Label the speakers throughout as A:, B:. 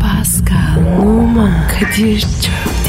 A: Pascal, Oman, Kadir çok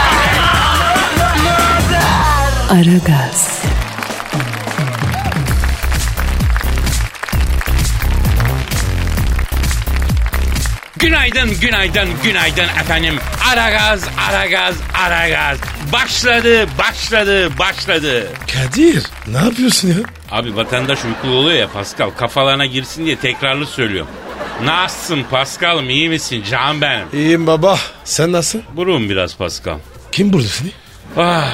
A: Aragaz,
B: Günaydın, günaydın, günaydın efendim. Aragaz, Aragaz, Aragaz. Başladı, başladı, başladı.
C: Kadir ne yapıyorsun ya?
B: Abi vatandaş uykulu oluyor ya Pascal. Kafalarına girsin diye tekrarlı söylüyorum. Nasılsın Pascal'ım iyi misin can benim?
C: İyiyim baba. Sen nasılsın?
B: Burun biraz Pascal.
C: Kim burada seni?
B: Ah,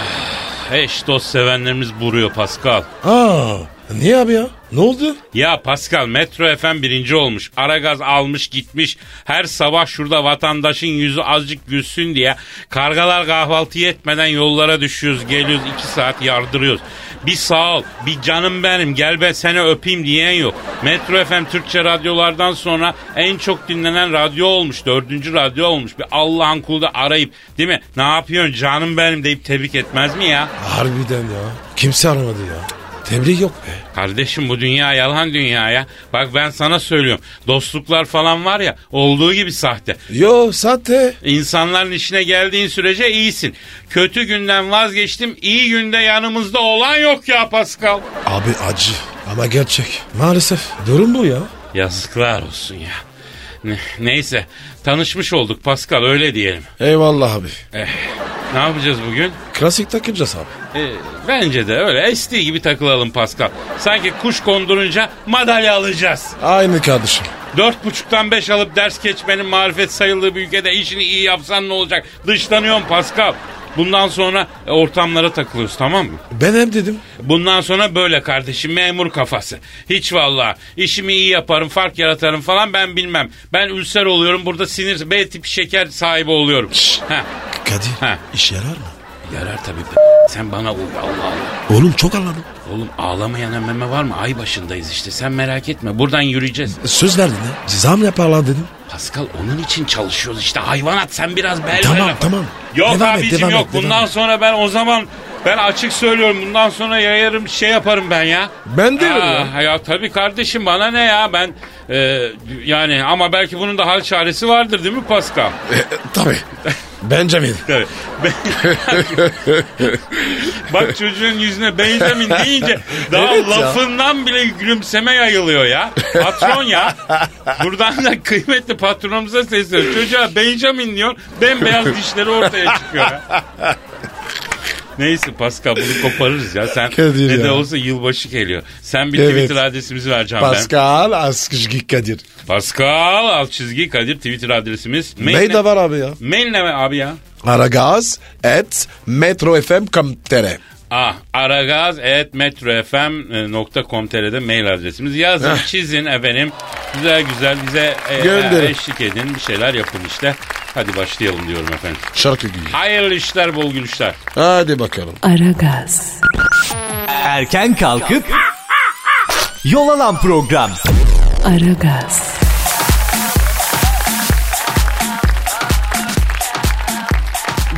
B: eş dost sevenlerimiz buruyor Pascal.
C: Aa, niye abi ya? Ne oldu?
B: Ya Pascal Metro FM birinci olmuş. Aragaz almış gitmiş. Her sabah şurada vatandaşın yüzü azıcık gülsün diye kargalar kahvaltı yetmeden yollara düşüyoruz. Geliyoruz iki saat yardırıyoruz. Bir sağ ol, bir canım benim gel ben seni öpeyim diyen yok. Metro FM Türkçe radyolardan sonra en çok dinlenen radyo olmuş. Dördüncü radyo olmuş. Bir Allah'ın kulu da arayıp değil mi? Ne yapıyorsun canım benim deyip tebrik etmez mi ya?
C: Harbiden ya. Kimse aramadı ya. Tebrik yok be.
B: Kardeşim bu dünya yalan dünya ya. Bak ben sana söylüyorum. Dostluklar falan var ya olduğu gibi sahte.
C: Yo sahte.
B: İnsanların işine geldiğin sürece iyisin. Kötü günden vazgeçtim. iyi günde yanımızda olan yok ya Pascal.
C: Abi acı. Ama gerçek. Maalesef. Durum bu ya.
B: Yazıklar olsun ya. Ne- neyse tanışmış olduk Pascal öyle diyelim.
C: Eyvallah abi.
B: Eh, ne yapacağız bugün?
C: Klasik takılacağız abi.
B: Eh, bence de öyle estiği gibi takılalım Pascal. Sanki kuş kondurunca madalya alacağız.
C: Aynı kardeşim.
B: Dört buçuktan beş alıp ders geçmenin marifet sayıldığı bir ülkede işini iyi yapsan ne olacak? Dışlanıyorsun Pascal. Bundan sonra e, ortamlara takılıyoruz tamam mı?
C: Ben hem dedim.
B: Bundan sonra böyle kardeşim memur kafası. Hiç valla işimi iyi yaparım fark yaratarım falan ben bilmem. Ben ülser oluyorum burada sinir B tipi şeker sahibi oluyorum. Ha,
C: Kadir.
B: Ha.
C: İş yarar mı?
B: yarar tabii be. Sen bana uy Allah Allah.
C: Oğlum çok anladım.
B: Oğlum ağlamayana meme var mı? Ay başındayız işte sen merak etme buradan yürüyeceğiz.
C: Söz verdin ya. Zam yaparlar dedim.
B: Pascal onun için çalışıyoruz işte hayvanat sen biraz bel
C: Tamam
B: ver.
C: tamam.
B: Yok
C: Devam et,
B: abicim
C: devam
B: yok.
C: et, devam
B: bundan
C: et.
B: sonra ben o zaman ben açık söylüyorum. Bundan sonra yayarım şey yaparım ben ya.
C: Ben diyorum ya.
B: Aa, ya tabii kardeşim bana ne ya ben e, yani ama belki bunun da hal çaresi vardır değil mi Pascal?
C: E, Tabii. Benjamin.
B: Tabii. Bak çocuğun yüzüne Benjamin deyince daha
C: Evet ya.
B: lafından bile gülümseme yayılıyor ya. Patron ya. Buradan da kıymetli patronumuza sesleniyor. Çocuğa Benjamin diyor. Bembeyaz dişleri ortaya çıkıyor ya. Neyse Pascal bunu koparırız ya. Sen
C: Kadir
B: ne de
C: ya.
B: olsa yılbaşı geliyor. Sen bir
C: Evet.
B: Twitter adresimizi vereceğim ben.
C: Pascal Askışgi Kadir.
B: Pascal alt çizgi Kadir Twitter adresimiz. Mail,
C: Ney
B: ne,
C: de var abi ya?
B: mail ne abi ya?
C: Aragaz et metrofm.com.tr
B: Ah, e, aragaz.metrofm.com.tr'de mail adresimiz. Yazın, çizin efendim. Güzel güzel bize e,
C: Gönderin.
B: eşlik edin. Bir şeyler yapın işte. Hadi başlayalım diyorum efendim.
C: Şarkı gibi.
B: Hayırlı işler, bol gülüşler.
C: Hadi bakalım.
A: Aragaz,
D: Erken kalkıp yol alan program.
A: Aragaz,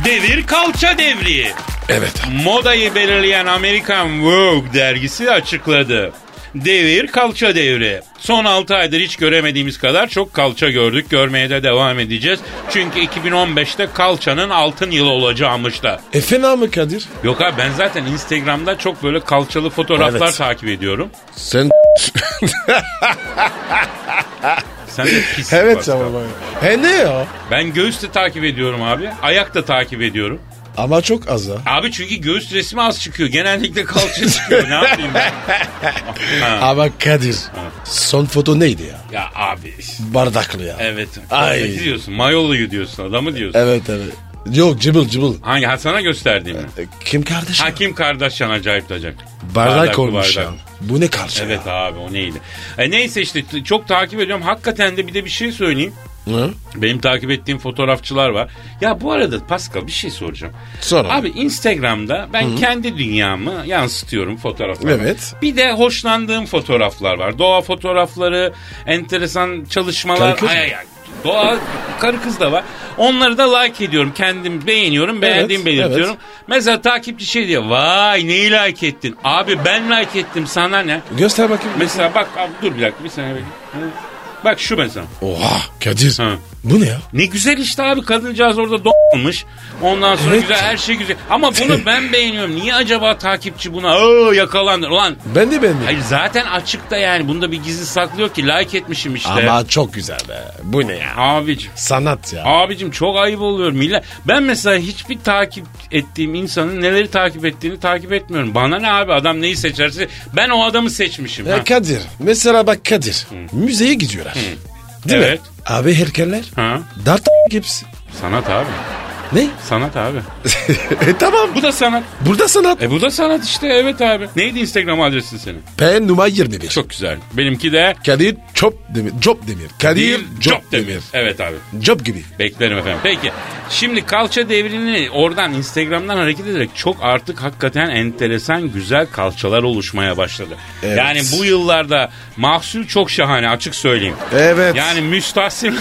B: Devir kalça devri.
C: Evet.
B: Modayı belirleyen Amerikan Vogue dergisi açıkladı. Devir kalça devri. Son 6 aydır hiç göremediğimiz kadar çok kalça gördük. Görmeye de devam edeceğiz. Çünkü 2015'te kalçanın altın yılı olacağımış da.
C: E fena mı Kadir?
B: Yok abi ben zaten Instagram'da çok böyle kalçalı fotoğraflar
C: Evet.
B: takip ediyorum.
C: Sen
B: Sen de pis.
C: evet
B: Pascal.
C: ama bak. He ne ya?
B: Ben göğüs de takip ediyorum abi. Ayak da takip ediyorum.
C: Ama çok az ha.
B: Abi çünkü göğüs resmi az çıkıyor. Genellikle kalça çıkıyor. ne yapayım ben? Ha.
C: Ama Kadir son foto neydi ya?
B: Ya abi.
C: Bardaklı ya.
B: Evet.
C: Ay.
B: Ay. diyorsun? Mayolu'yu diyorsun. Adamı diyorsun.
C: Evet evet. Yok cıbıl cıbıl.
B: Hangi? Ha sana gösterdiğim mi?
C: E, Kim kardeşim?
B: Hakim Kardashian acayip tacak.
C: bardak, olmuş ya. Bu ne karşı
B: Evet
C: ya?
B: abi o neydi? E, neyse işte t- çok takip ediyorum. Hakikaten de bir de bir şey söyleyeyim.
C: Hı?
B: Benim takip ettiğim fotoğrafçılar var. Ya bu arada Pascal bir şey soracağım.
C: Sor abi.
B: Abi Instagram'da ben kendi dünyamı yansıtıyorum fotoğraflara.
C: Evet.
B: Bir de hoşlandığım fotoğraflar var. Doğa fotoğrafları, enteresan çalışmalar.
C: Karı kız mı?
B: ay, ay, ay. Doğa karı kız da var. Onları da like ediyorum. Kendim beğeniyorum. Beğendiğimi
C: Evet,
B: belirtiyorum. Mesela takipçi şey diyor. Vay neyi like ettin? Abi ben like ettim sana ne?
C: Göster bakayım.
B: Mesela bak abi, dur bir dakika bir saniye. bekle. Bak şu mesela.
C: Oha Kadir.
B: Ha.
C: Bu ne ya?
B: Ne güzel işte abi kadıncağız orada doğmuş. Ondan sonra
C: Evet.
B: güzel her şey güzel. Ama bunu ben beğeniyorum. Niye acaba takipçi buna "Aa, yakalandı? Ulan
C: Ben de beğendim.
B: hayır zaten açıkta yani. Bunda bir gizli saklı yok ki. Like etmişim işte.
C: Ama çok güzel be. Bu ne ya?
B: Abicim.
C: Sanat ya.
B: Abicim çok ayıp oluyor millet. Ben mesela hiçbir takip ettiğim insanın neleri takip ettiğini takip etmiyorum. Bana ne abi adam neyi seçerse ben o adamı seçmişim.
C: Ya
B: ha.
C: Kadir. Mesela bak Kadir. Müzeye gidiyorlar. Değil
B: Evet.
C: mi? Abi heykeller.
B: Ha,
C: Dart hepsi.
B: sanat abi.
C: Ne?
B: Sanat abi.
C: e tamam.
B: Bu da sanat.
C: Burada sanat.
B: E bu da sanat işte evet abi. Neydi Instagram adresin senin?
C: P numara 21.
B: Çok güzel. Benimki de
C: Kadir Çop Demir. Job Demir. Kadir Job
B: Cop
C: Demir.
B: Evet abi.
C: Job gibi.
B: Beklerim efendim. Peki. Şimdi kalça devrini oradan Instagram'dan hareket ederek çok artık hakikaten enteresan güzel kalçalar oluşmaya başladı.
C: Evet.
B: Yani bu yıllarda mahsul çok şahane açık söyleyeyim.
C: Evet.
B: Yani müstahsil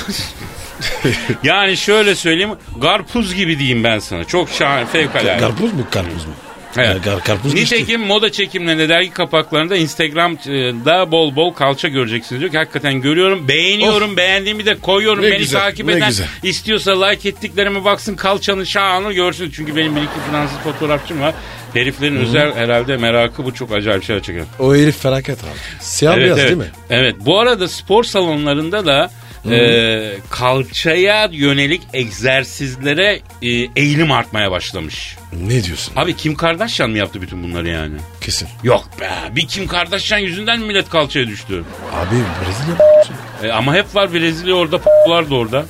B: yani şöyle söyleyeyim karpuz gibi diyeyim ben sana. Çok şahane fevkalade.
C: Karpuz mu karpuz mu?
B: Evet.
C: Kar- karpuz geçti.
B: Nitekim moda çekimlerinde dergi kapaklarında Instagram'da bol bol kalça göreceksiniz diyor ki hakikaten görüyorum beğeniyorum beğendiğimi de koyuyorum
C: Ne
B: beni
C: güzel,
B: takip
C: ne
B: eden
C: güzel.
B: istiyorsa like ettiklerime baksın kalçanın şahını görsün çünkü benim bir iki Fransız fotoğrafçım var heriflerin özel herhalde merakı bu çok acayip şeyler çekiyor.
C: O herif felaket abi. Siyah beyaz
B: evet.
C: değil mi?
B: Evet bu arada spor salonlarında da e, kalçaya yönelik egzersizlere e, eğilim artmaya başlamış.
C: Ne diyorsun?
B: Abi Kim Kardashian mı yaptı bütün bunları yani?
C: Kesin.
B: Yok be. Bir Kim Kardashian yüzünden millet kalçaya düştü.
C: Abi Brezilya mı?
B: E, ama hep var Brezilya orada, p***lar da orada.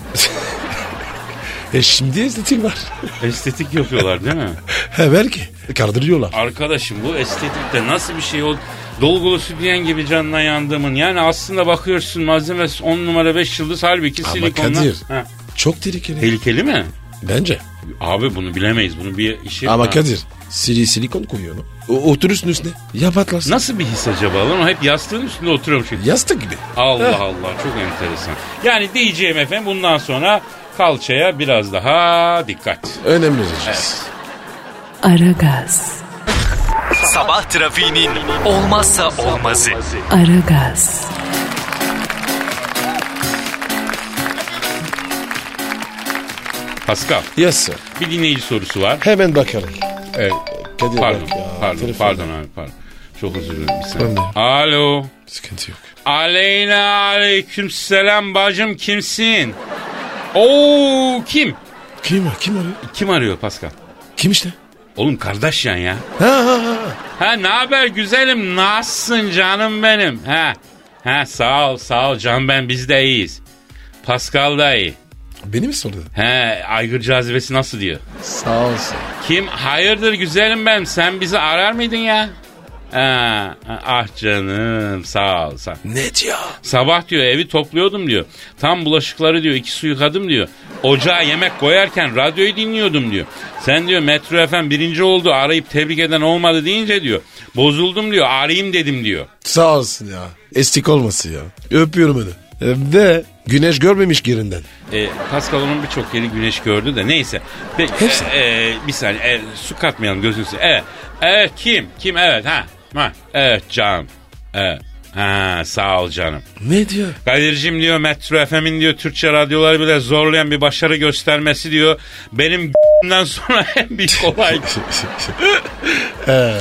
C: E şimdi estetik var.
B: Estetik yapıyorlar değil mi?
C: He belki. Kardırıyorlar.
B: Arkadaşım bu estetikte nasıl bir şey o dolgulu sütyen gibi canına yandığımın. Yani aslında bakıyorsun malzemesi 10 numara 5 yıldız halbuki
C: Ama
B: silikonla.
C: Kadir.
B: Ha.
C: Çok tehlikeli.
B: Tehlikeli mi?
C: Bence.
B: Abi bunu bilemeyiz. Bunu bir işi...
C: Ama
B: Ha.
C: Kadir. Sili silikon koyuyor lan. O, oturursun üstüne. Ya patlarsın.
B: Nasıl bir his acaba lan? O hep yastığın üstünde oturuyormuş.
C: Yastık gibi.
B: Allah Allah çok enteresan. Yani diyeceğim efendim bundan sonra kalçaya biraz daha dikkat.
C: Önemli olacağız.
A: Aragaz,
D: Sabah trafiğinin olmazsa olmazı.
A: Aragaz,
B: Pascal
C: Yes sir.
B: bir dinleyici sorusu var.
C: Hemen bakalım.
B: Evet.
C: Kadir
B: Pardon
C: bak ya,
B: pardon
C: telefon.
B: pardon abi pardon. Çok özür dilerim bir
C: Ben de.
B: saniye. Alo.
C: Sıkıntı yok.
B: Aleyna aleyküm selam bacım kimsin? Oo kim?
C: Kim var? Kim arıyor?
B: Kim arıyor Pascal?
C: Kim işte?
B: Oğlum Kardashian ya.
C: Ha ha ha.
B: Ha ne haber güzelim nasılsın canım benim? Ha. Ha sağ ol sağ ol can ben biz de iyiyiz. Pascal da iyi.
C: Beni mi sordun?
B: He aygır cazibesi nasıl diyor?
C: Sağ olsun.
B: Kim? Hayırdır güzelim benim sen bizi arar mıydın ya? Ha, ah canım sağ ol sağ ol.
C: Ne diyor?
B: Sabah diyor evi topluyordum diyor. Tam bulaşıkları diyor iki su yıkadım diyor. Ocağa yemek koyarken radyoyu dinliyordum diyor. Sen diyor Metro FM birinci oldu arayıp tebrik eden olmadı deyince diyor. Bozuldum diyor arayayım dedim diyor.
C: Sağ olsun ya. Estik olması ya. Öpüyorum onu. Hem de güneş görmemiş yerinden.
B: E, Pascal onun birçok yeri güneş gördü de neyse. Peki,
C: Hepsi.
B: e, e, bir saniye e, su katmayalım gözünüzü. Evet. Evet kim? Kim evet ha. ha. Evet canım. Evet. Ha, sağ ol canım.
C: Ne diyor?
B: Kadir'cim diyor Metro FM'in diyor Türkçe radyoları bile zorlayan bir başarı göstermesi diyor. Benim g***den sonra en büyük olay.
C: Ee,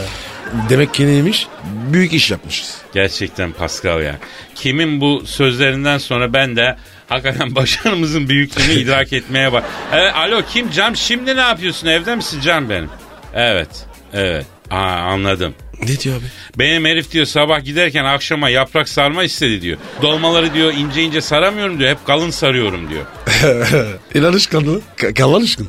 C: demek ki neymiş? Büyük iş yapmışız.
B: Gerçekten Pascal ya. Kimin bu sözlerinden sonra ben de hakikaten başarımızın büyüklüğünü idrak etmeye bak. Evet, alo kim Cam şimdi ne yapıyorsun evde misin Cam benim? Evet evet Aa, anladım.
C: Ne diyor abi?
B: Benim herif diyor sabah giderken akşama yaprak sarma istedi diyor. Dolmaları diyor ince ince saramıyorum diyor hep kalın sarıyorum diyor.
C: El alışkanlığı. Ka- kal alışkın.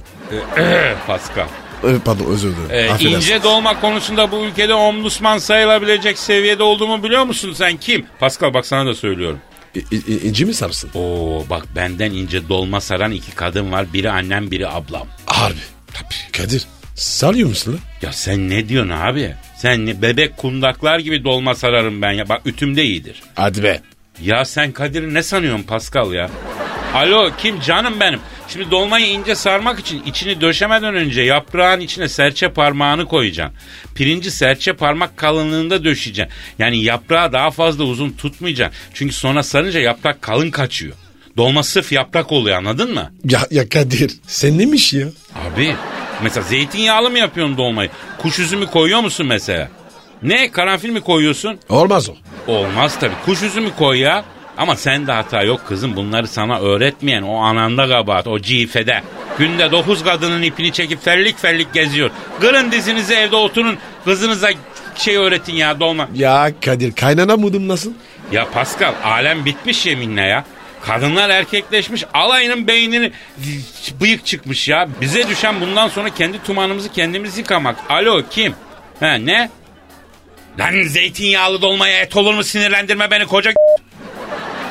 B: Pascal.
C: Ee, Pardon özür dilerim.
B: Ee,
C: Affedersin.
B: ince dolma konusunda bu ülkede omlusman sayılabilecek seviyede olduğumu biliyor musun sen kim? Pascal bak sana da söylüyorum.
C: İ- i- inci mi sarsın?
B: Oo bak benden ince dolma saran iki kadın var. Biri annem biri ablam.
C: Harbi. Tabii. Kadir sarıyor musun lan?
B: Ya sen ne diyorsun abi? Sen ne bebek kundaklar gibi dolma sararım ben ya. Bak ütüm de iyidir.
C: Hadi be.
B: Ya sen Kadir'i ne sanıyorsun Pascal ya? Alo kim canım benim? Şimdi dolmayı ince sarmak için içini döşemeden önce yaprağın içine serçe parmağını koyacaksın. Pirinci serçe parmak kalınlığında döşeyeceksin. Yani yaprağı daha fazla uzun tutmayacaksın. Çünkü sonra sarınca yaprak kalın kaçıyor. Dolma sırf yaprak oluyor anladın mı?
C: Ya, ya Kadir sen neymiş ya?
B: Abi mesela zeytinyağlı mı yapıyorsun dolmayı? Kuş üzümü koyuyor musun mesela? Ne karanfil mi koyuyorsun?
C: Olmaz o.
B: Olmaz tabii. Kuş üzümü koy ya. Ama sen de hata yok kızım. Bunları sana öğretmeyen o ananda kabahat, o cifede. Günde dokuz kadının ipini çekip fellik fellik geziyor. Kırın dizinizi evde oturun. Kızınıza şey öğretin ya dolma.
C: Ya Kadir kaynana mudum nasıl?
B: Ya Pascal alem bitmiş yeminle ya. Kadınlar erkekleşmiş alayının beynini bıyık çıkmış ya. Bize düşen bundan sonra kendi tumanımızı kendimiz yıkamak. Alo kim? He ne? Lan zeytinyağlı dolmaya et olur mu sinirlendirme beni koca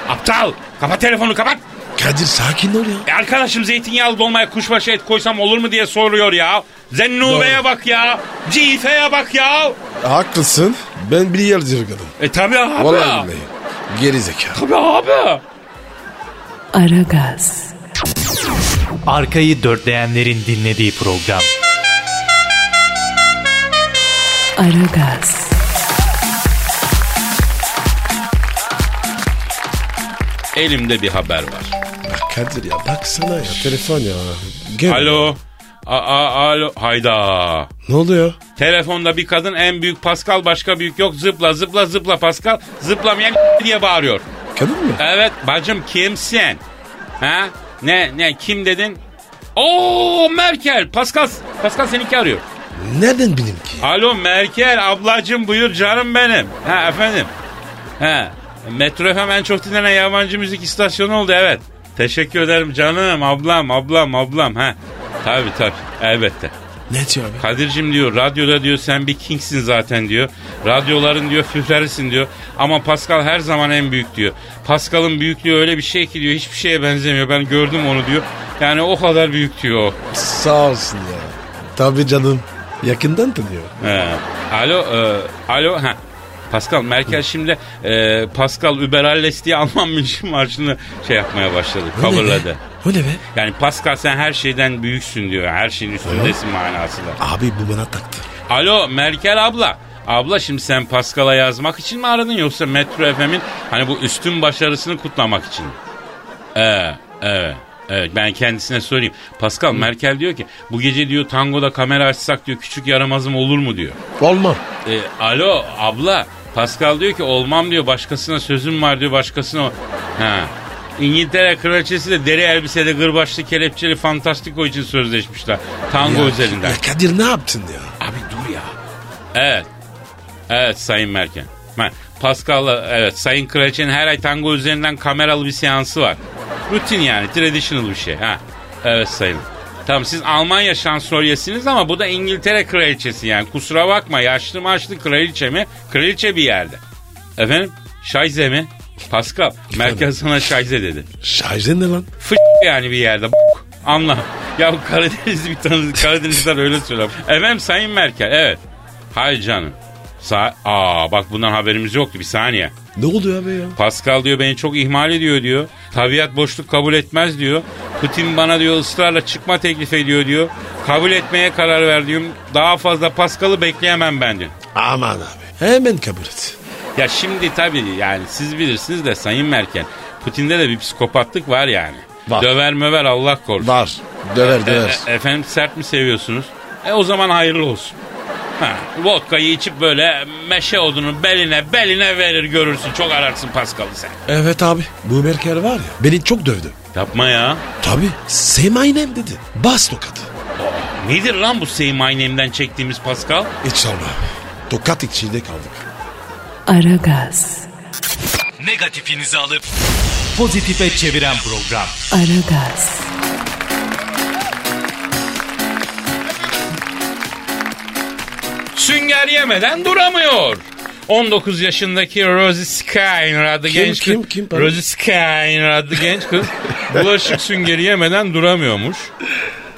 B: Aptal kapat telefonu kapat.
C: Kadir sakin ol ya.
B: E arkadaşım zeytinyağlı dolmaya kuşbaşı et koysam olur mu diye soruyor ya. Zennube'ye bak ya. Cife'ye bak ya.
C: Haklısın. Ben bir yer zırgadım.
B: E tabi abi.
C: Vallahi billahi. Geri zekalı.
B: Tabi abi.
A: Aragaz,
D: Arkayı dörtleyenlerin dinlediği program.
A: Aragaz,
B: Elimde bir haber var.
C: Bak Kadir ya baksana ya. Telefon ya. Gel.
B: Alo. A- a- alo. Hayda.
C: Ne oluyor?
B: Telefonda bir kadın en büyük Pascal başka büyük yok. Zıpla zıpla zıpla Pascal. Zıplamayan diye bağırıyor.
C: Kadın mı?
B: Evet bacım kimsin? Ha? Ne ne kim dedin? Oo Merkel. Pascal. Pascal seninki arıyor.
C: Nereden bileyim ki?
B: Alo Merkel ablacım buyur canım benim. Ha efendim. Ha. Metro FM en çok dinlenen yabancı müzik istasyonu oldu evet. Teşekkür ederim canım ablam ablam ablam ha. Tabii tabii elbette.
C: Ne diyor abi?
B: Kadir'cim diyor radyoda diyor sen bir kingsin zaten diyor. Radyoların diyor führerisin diyor. Ama Pascal her zaman en büyük diyor. Pascal'ın büyüklüğü öyle bir şey ki diyor hiçbir şeye benzemiyor. Ben gördüm onu diyor. Yani o kadar büyük diyor o.
C: Sağ olsun ya. Tabii canım. Yakından tanıyor.
B: He. Alo, e, alo, ha. Pascal, Merkel şimdi e, Pascal Überalles diye Alman München Marşı'nı şey yapmaya başladı, coverladı.
C: O ne be?
B: Yani Pascal sen her şeyden büyüksün diyor, her şeyin üstündesin manasında.
C: Abi bu bana taktı.
B: Alo, Merkel abla. Abla şimdi sen Pascal'a yazmak için mi aradın yoksa Metro FM'in hani bu üstün başarısını kutlamak için mi? Ee, evet. Evet ben kendisine sorayım. Pascal Merkel diyor ki bu gece diyor tangoda kamera açsak diyor küçük yaramazım olur mu diyor.
C: Olmam.
B: E, alo abla Pascal diyor ki olmam diyor başkasına sözüm var diyor başkasına. Ha. İngiltere kraliçesi de deri elbisede gırbaçlı kelepçeli fantastiko için sözleşmişler. Tango üzerinden.
C: Ya Kadir ne yaptın ya?
B: Abi dur ya. Evet. Evet Sayın Merkel. Ha, Pascal'la evet Sayın Kraliçenin her ay tango üzerinden kameralı bir seansı var. Rutin yani traditional bir şey. Ha. Evet sayın. Tamam siz Almanya şansölyesiniz ama bu da İngiltere kraliçesi yani. Kusura bakma yaşlı maçlı kraliçe mi? Kraliçe bir yerde. Efendim? Şayze mi? Pascal. Merkel sana Şayze dedi.
C: Şarjın ne lan?
B: Fış yani bir yerde. b***. Anla. Ya bu Karadenizli bir tanıdık. Karadenizliler öyle söyler. Efendim Sayın Merkel evet. Hay canım. Sa Aa bak bundan haberimiz yoktu bir saniye.
C: Ne oluyor abi ya?
B: Pascal diyor beni çok ihmal ediyor diyor. Tabiat boşluk kabul etmez diyor. Putin bana diyor ısrarla çıkma teklif ediyor diyor. Kabul etmeye karar ver diyorum. Daha fazla Pascal'ı bekleyemem ben diyor.
C: Aman abi. Hemen kabul et.
B: Ya şimdi tabii yani siz bilirsiniz de Sayın Merkel. Putin'de de bir psikopatlık var yani.
C: Var.
B: Döver möver Allah korusun.
C: Var. Döver döver.
B: E- e- efendim sert mi seviyorsunuz? E o zaman hayırlı olsun. Ha, vodkayı içip böyle meşe odunu beline beline verir görürsün. Çok ararsın Paskal'ı sen.
C: evet abi. Bu Merkel var ya. Beni çok dövdü.
B: Yapma ya.
C: Tabii. Semaynem dedi. Bas tokadı.
B: Nedir lan bu Say My Name'den çektiğimiz Paskal?
C: Hiç sorma abi. Tokat içinde kaldık.
A: Aragaz,
D: Negatifinizi alıp pozitife çeviren program.
A: Aragaz,
B: Sünger yemeden duramıyor. 19 yaşındaki Rosie Skynor adlı
C: Kim,
B: genç
C: kim,
B: kız.
C: kim, pardon?
B: Rosie Skynor adlı genç kız bulaşık süngeri yemeden duramıyormuş.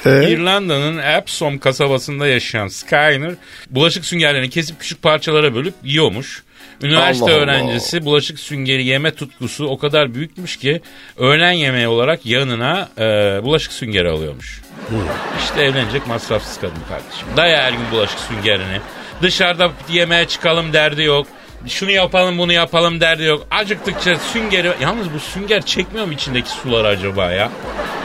C: Ee?
B: İrlanda'nın Epsom kasabasında yaşayan Skyner bulaşık süngerlerini kesip küçük parçalara bölüp yiyormuş. Üniversite
C: Allah Allah.
B: öğrencisi bulaşık süngeri yeme tutkusu o kadar büyükmüş ki öğlen yemeği olarak yanına e, bulaşık süngeri alıyormuş. İşte evlenecek masrafsız kadın kardeşim. Daya her gün bulaşık süngerini. Dışarıda yemeğe çıkalım derdi yok. Şunu yapalım bunu yapalım derdi yok. Acıktıkça süngeri... Yalnız bu sünger çekmiyor mu içindeki suları acaba ya?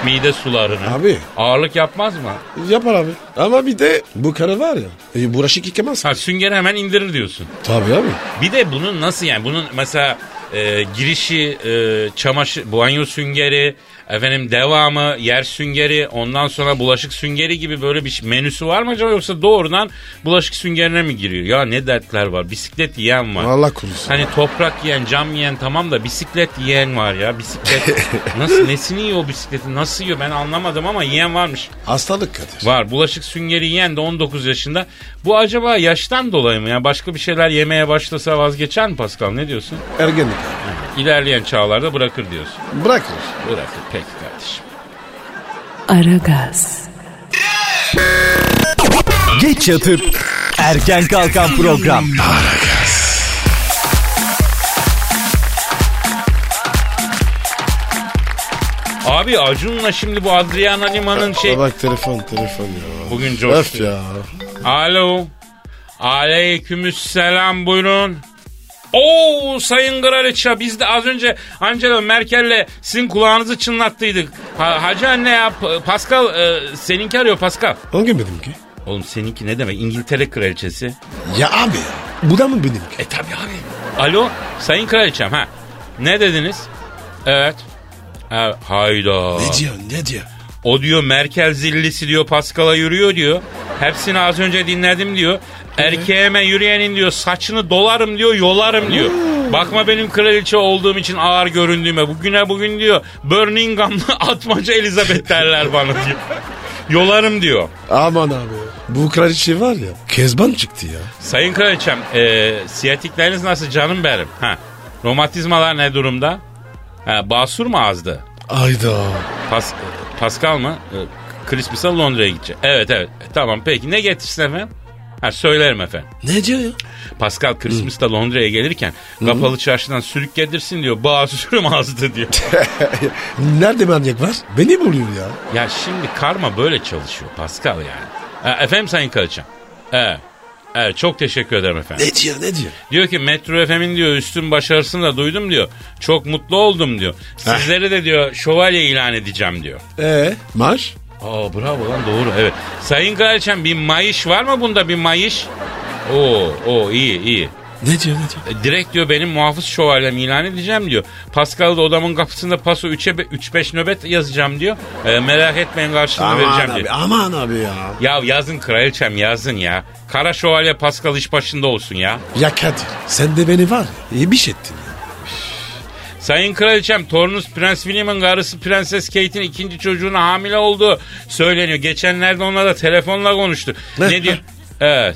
B: Mide sularını.
C: Abi.
B: Ağırlık yapmaz mı?
C: Yapar abi. Ama bir de bu karı var ya. E, bulaşık yıkamaz.
B: Ha, süngeri hemen indirir diyorsun.
C: Tabii abi.
B: Bir de bunun nasıl yani bunun mesela e, girişi e, çamaşır banyo süngeri efendim devamı yer süngeri ondan sonra bulaşık süngeri gibi böyle bir ş- menüsü var mı acaba yoksa doğrudan bulaşık süngerine mi giriyor? Ya ne dertler var bisiklet yiyen var.
C: Allah korusun.
B: Hani toprak yiyen, cam yiyen tamam da bisiklet yiyen var ya. Bisiklet nasıl nesini yiyor o bisikleti? Nasıl yiyor? Ben anlamadım ama yiyen varmış.
C: Hastalık Kadir.
B: Var. Bulaşık süngeri yiyen de 19 yaşında. Bu acaba yaştan dolayı mı? Yani başka bir şeyler yemeye başlasa vazgeçer mi Pascal? Ne diyorsun?
C: Ergenlik.
B: İlerleyen çağlarda bırakır diyorsun.
C: Bırakır.
B: Bırakır. Peki kardeşim.
A: Aragaz,
D: Geç yatıp erken kalkan program.
B: Abi Acun'la şimdi bu Adriana Lima'nın şey...
C: Aa, Bak telefon telefon ya.
B: Bugün
C: Öf
B: coştu.
C: ya.
B: Alo. Aleykümselam buyurun. Oo Sayın Kraliçe biz de az önce Angela Merkel'le sizin kulağınızı çınlattıydık. Ha, Hacı anne ya P- Pascal e, seninki arıyor Pascal.
C: Hangi benimki?
B: Oğlum seninki ne demek İngiltere kraliçesi?
C: Ya abi. Bu da mı benimki?
B: E tabi abi. Alo sayın kraliçem ha. Ne dediniz? Evet. Ha, hayda.
C: Ne diyor ne diyor?
B: O diyor Merkel zillisi diyor Paskal'a yürüyor diyor. Hepsini az önce dinledim diyor. Erkeğime yürüyenin diyor saçını dolarım diyor yolarım diyor. Bakma benim kraliçe olduğum için ağır göründüğüme. Bugüne bugün diyor Birmingham'lı atmaca Elizabeth derler bana diyor. Yolarım diyor.
C: Aman abi. Bu kraliçe var ya. Kezban çıktı ya.
B: Sayın kraliçem e, siyatikleriniz nasıl canım benim? Ha. Romatizmalar ne durumda? Ha, basur mu azdı?
C: Ayda.
B: Pas, e, Pascal mı? E, Christmas'a Londra'ya gidecek. Evet evet. E, tamam peki ne getirsin efendim? Ha, söylerim efendim.
C: Ne diyor ya?
B: Pascal Christmas'ta Londra'ya gelirken kapalı çarşıdan sürük getirsin diyor. Basurum azdı diyor.
C: Nerede manyak var? Beni buluyor ya.
B: ya şimdi karma böyle çalışıyor Pascal yani. E, efendim Sayın Kraliçem. Evet. Evet çok teşekkür ederim efendim.
C: Ne diyor ne diyor?
B: Diyor ki Metro FM'in diyor üstün başarısını da duydum diyor. Çok mutlu oldum diyor. Sizlere de diyor şövalye ilan edeceğim diyor.
C: Ee, marş?
B: Aa bravo lan doğru evet. Sayın Kraliçem bir mayış var mı bunda bir mayış? Oo, o iyi iyi.
C: Ne diyor ne diyor?
B: E, direkt diyor benim muhafız şövalyem ilan edeceğim diyor. Pascal da odamın kapısında paso 3'e 3-5 nöbet yazacağım diyor. E, merak etmeyin karşılığını vereceğim diyor.
C: aman abi ya.
B: Ya yazın kraliçem yazın ya. Kara şövalye Pascal iş başında olsun ya.
C: Ya Kadir sen de beni var ya iyi bir şey ettin. ya.
B: Sayın Kraliçem torunuz Prens William'ın karısı Prenses Kate'in ikinci çocuğuna hamile olduğu söyleniyor. Geçenlerde onunla da telefonla konuştu.
C: Ne?
B: ne diyor? Evet.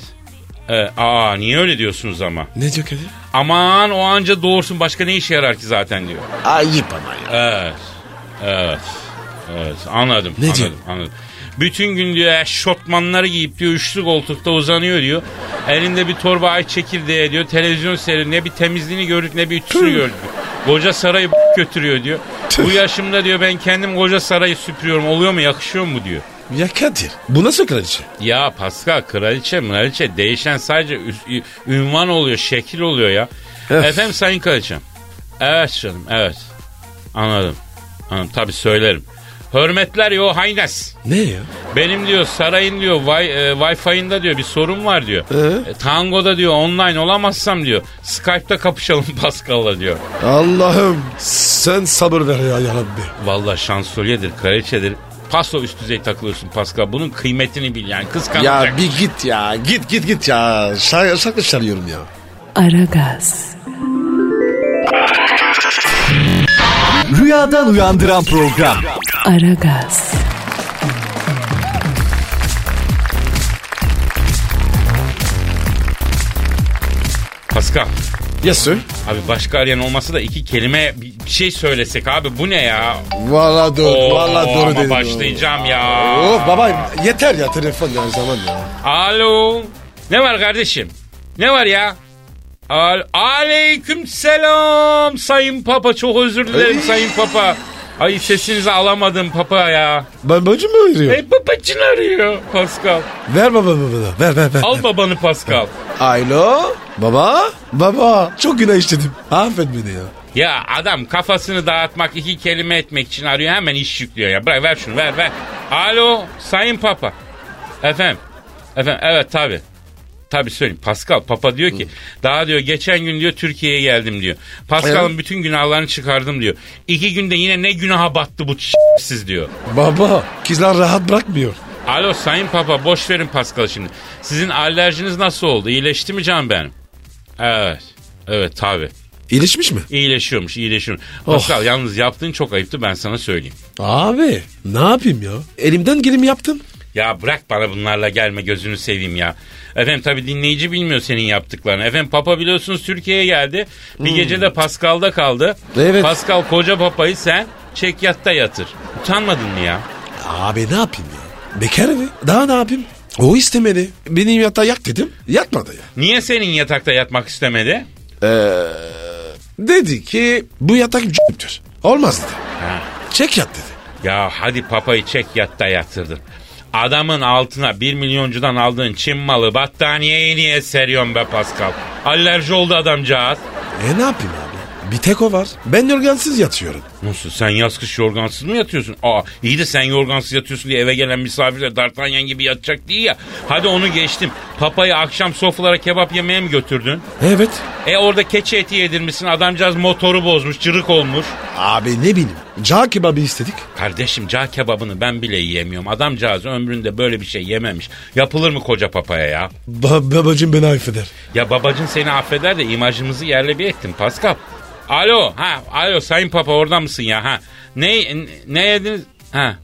B: Ee, aa niye öyle diyorsunuz ama?
C: Ne diyor Kadir?
B: Aman o anca doğursun başka ne işe yarar ki zaten diyor.
C: Ayıp ama ya.
B: Evet. Evet. Evet anladım.
C: Ne
B: anladım,
C: diyor?
B: anladım. Bütün gün diyor eşortmanları giyip diyor üçlü koltukta uzanıyor diyor. Elinde bir torba ay çekirdeği diyor. Televizyon seyrediyor. Ne bir temizliğini gördük ne bir ütüsünü gördük. Koca sarayı b- götürüyor diyor.
C: Tüh.
B: Bu yaşımda diyor ben kendim koca sarayı süpürüyorum. Oluyor mu yakışıyor mu diyor.
C: Ya Kadir bu nasıl kraliçe?
B: Ya Pascal kraliçe mraliçe değişen sadece ü- ü- ünvan oluyor, şekil oluyor ya.
C: Öf.
B: Efendim sayın kraliçem. Evet canım evet. Anladım. Anladım tabii söylerim. Hürmetler yo haynes.
C: Ne ya?
B: Benim diyor sarayın diyor wi- e, Wi-Fi'ında diyor bir sorun var diyor.
C: Ee?
B: E, tango'da diyor online olamazsam diyor. Skype'ta kapışalım Pascal'la diyor.
C: Allah'ım sen sabır ver ya ya Rabbi.
B: Vallahi şansölyedir, kraliçedir. Paso üst düzey takılıyorsun Pascal. Bunun kıymetini bil yani kıskanacak.
C: Ya bir git ya git git git ya. Şarkı, şarkı çalıyorum ya.
A: Aragaz,
D: Rüyadan uyandıran program.
A: Aragaz,
B: Pascal.
C: Yes sir.
B: Abi başka arayan olmasa da iki kelime bir bir şey söylesek abi bu ne ya?
C: Valla doğru.
B: Oo,
C: Valla doğru
B: ama
C: dedin.
B: başlayacağım ya.
C: Of baba yeter ya telefon ya zaman ya.
B: Alo. Ne var kardeşim? Ne var ya? Al Aleyküm selam Sayın Papa. Çok özür dilerim Sayın Papa. Ay sesinizi alamadım Papa ya.
C: Ben bacı mı veriyor?
B: Ey babacın arıyor Pascal.
C: Ver baba baba. Ver ver ver.
B: Al babanı Pascal.
C: Alo. Baba. Baba. Çok günah işledim. Affet beni ya.
B: Ya adam kafasını dağıtmak iki kelime etmek için arıyor hemen iş yüklüyor ya. Bırak ver şunu ver ver. Alo Sayın Papa. Efendim. Efendim evet tabi. Tabi söyleyeyim. Pascal Papa diyor ki daha diyor geçen gün diyor Türkiye'ye geldim diyor. Pascal'ın
C: Evet.
B: bütün günahlarını çıkardım diyor. İki günde yine ne günaha battı bu siz diyor.
C: Baba. Kızlar rahat bırakmıyor.
B: Alo Sayın Papa boş verin Pascal şimdi. Sizin alerjiniz nasıl oldu? İyileşti mi canım benim? Evet. Evet tabi.
C: İlişmiş mi?
B: İyileşiyormuş, iyileşiyormuş. Pascal yalnız yaptığın çok ayıptı ben sana söyleyeyim.
C: Abi. Ne yapayım ya? Elimden geleni yaptım.
B: Ya bırak bana bunlarla gelme gözünü seveyim ya. Efendim tabi dinleyici bilmiyor senin yaptıklarını. Efendim Papa biliyorsunuz Türkiye'ye geldi. Bir gece de Pascal'da kaldı.
C: Evet.
B: Pascal koca Papa'yı sen çekyatta yatır. Utanmadın mı ya?
C: Abi ne yapayım ya? Bekar evi. Daha ne yapayım? O istemedi. Benim yatağa yak dedim. Yatmadı ya.
B: Niye senin yatakta yatmak istemedi?
C: Dedi ki bu yatak c***tür. Olmaz dedi.
B: Ha.
C: Çek yat dedi.
B: Ya hadi papayı çek yatta yatırdın. Adamın altına bir milyoncudan aldığın Çin malı battaniyeyi niye seriyorsun be Pascal? Alerji oldu adamcağız.
C: E ne yapayım abi? Bir tek o var. Ben yorgansız yatıyorum.
B: Nasıl sen yaz kış yorgansız mı yatıyorsun? Aa iyi de sen yorgansız yatıyorsun diye eve gelen misafirler D'Artagnan gibi yatacak değil ya. Hadi onu geçtim. Papayı akşam sofralara kebap yemeye mi götürdün?
C: Evet.
B: E orada keçi eti yedirmişsin adamcağız motoru bozmuş cırık olmuş.
C: Abi ne bileyim. Cağ kebabı istedik.
B: Kardeşim cağ kebabını ben bile yiyemiyorum. Adamcağız ömründe böyle bir şey yememiş. Yapılır mı koca papaya ya?
C: Ba- babacım beni affeder.
B: Ya babacın seni affeder de imajımızı yerle bir ettin Pascal. Alo ha alo sayın papa orada mısın ya ha? Ne n- ne yediniz? Ha.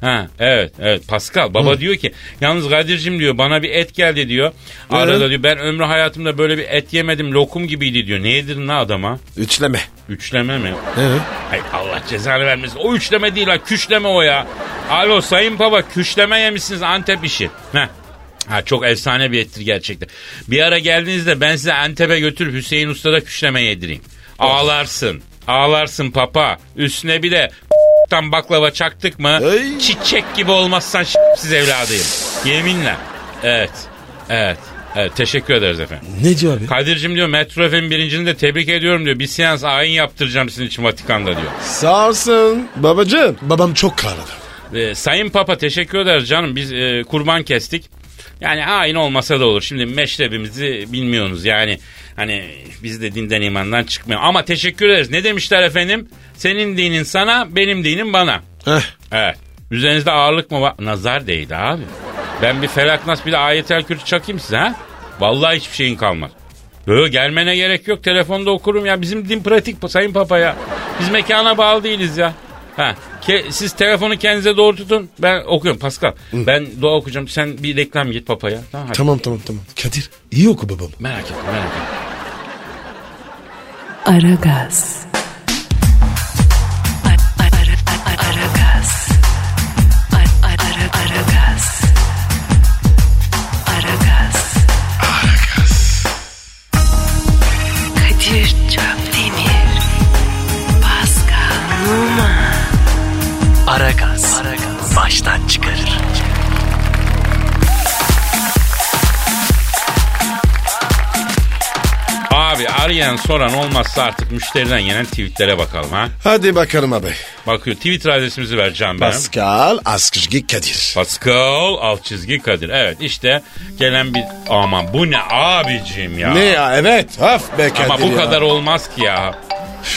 B: Ha evet evet Pascal baba diyor ki yalnız Kadir'cim diyor bana bir et geldi diyor. Arada diyor ben ömrü hayatımda böyle bir et yemedim lokum gibiydi diyor. Ne yedirin la adama?
C: Üçleme.
B: Üçleme mi?
C: Evet.
B: Hay Allah cezanı vermesin. O üçleme değil ha küşleme o ya. Alo sayın baba küşleme yemişsiniz Antep işi. Heh. Ha çok efsane bir ettir gerçekten. Bir ara geldiğinizde ben size Antep'e götürüp Hüseyin Usta'da küşleme yedireyim. Ağlarsın. Ağlarsın papa. Üstüne bir de tam baklava çaktık mı
C: Ey.
B: çiçek gibi olmazsan siz evladıyım. Yeminle. Evet. Evet. Evet teşekkür ederiz efendim.
C: Ne diyor abi?
B: Kadir'cim diyor Metro FM birincini de tebrik ediyorum diyor. Bir seans ayin yaptıracağım sizin için Vatikan'da diyor.
C: Sağ olsun. Babacım. Babam çok kararlı.
B: Ee, Sayın Papa teşekkür ederiz canım. Biz e, kurban kestik. Yani ayin olmasa da olur. Şimdi meşrebimizi bilmiyorsunuz yani. Hani biz de dinden imandan çıkmıyor. Ama teşekkür ederiz. Ne demişler efendim? Senin dinin sana, benim dinim bana.
C: Heh.
B: Evet. Üzerinizde ağırlık mı var? Nazar değdi abi. Ben bir felak nas bir de ayetel kürsü çakayım size ha. Vallahi hiçbir şeyin kalmaz. Böyle gelmene gerek yok. Telefonda okurum ya. Bizim din pratik bu Sayın Papa ya. Biz mekana bağlı değiliz ya. Ha, ke- siz telefonu kendinize doğru tutun. Ben okuyorum Pascal. Ben dua okuyacağım. Sen bir reklam git papaya. Tamam, hadi.
C: Tamam tamam tamam. Kadir iyi oku babamı.
B: Merak etme merak etme.
A: Aragaz. Ara- ara- ara- Aragaz. Ara- ara- Aragaz. Aragaz. Kadir Çöptemir. Pascal Numa.
D: Aragaz. Baştan çıkarır.
B: Abi arayan soran olmazsa artık müşteriden gelen tweetlere bakalım ha.
C: Hadi bakalım abi.
B: Bakıyor Twitter adresimizi vereceğim ben.
C: Pascal Askışgi Kadir.
B: Pascal alt çizgi Kadir. Evet işte gelen bir aman bu ne abicim ya.
C: Ne ya evet. Haf be Kadir
B: Ama bu
C: ya.
B: kadar olmaz ki ya.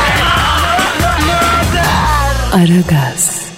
A: Aragaz.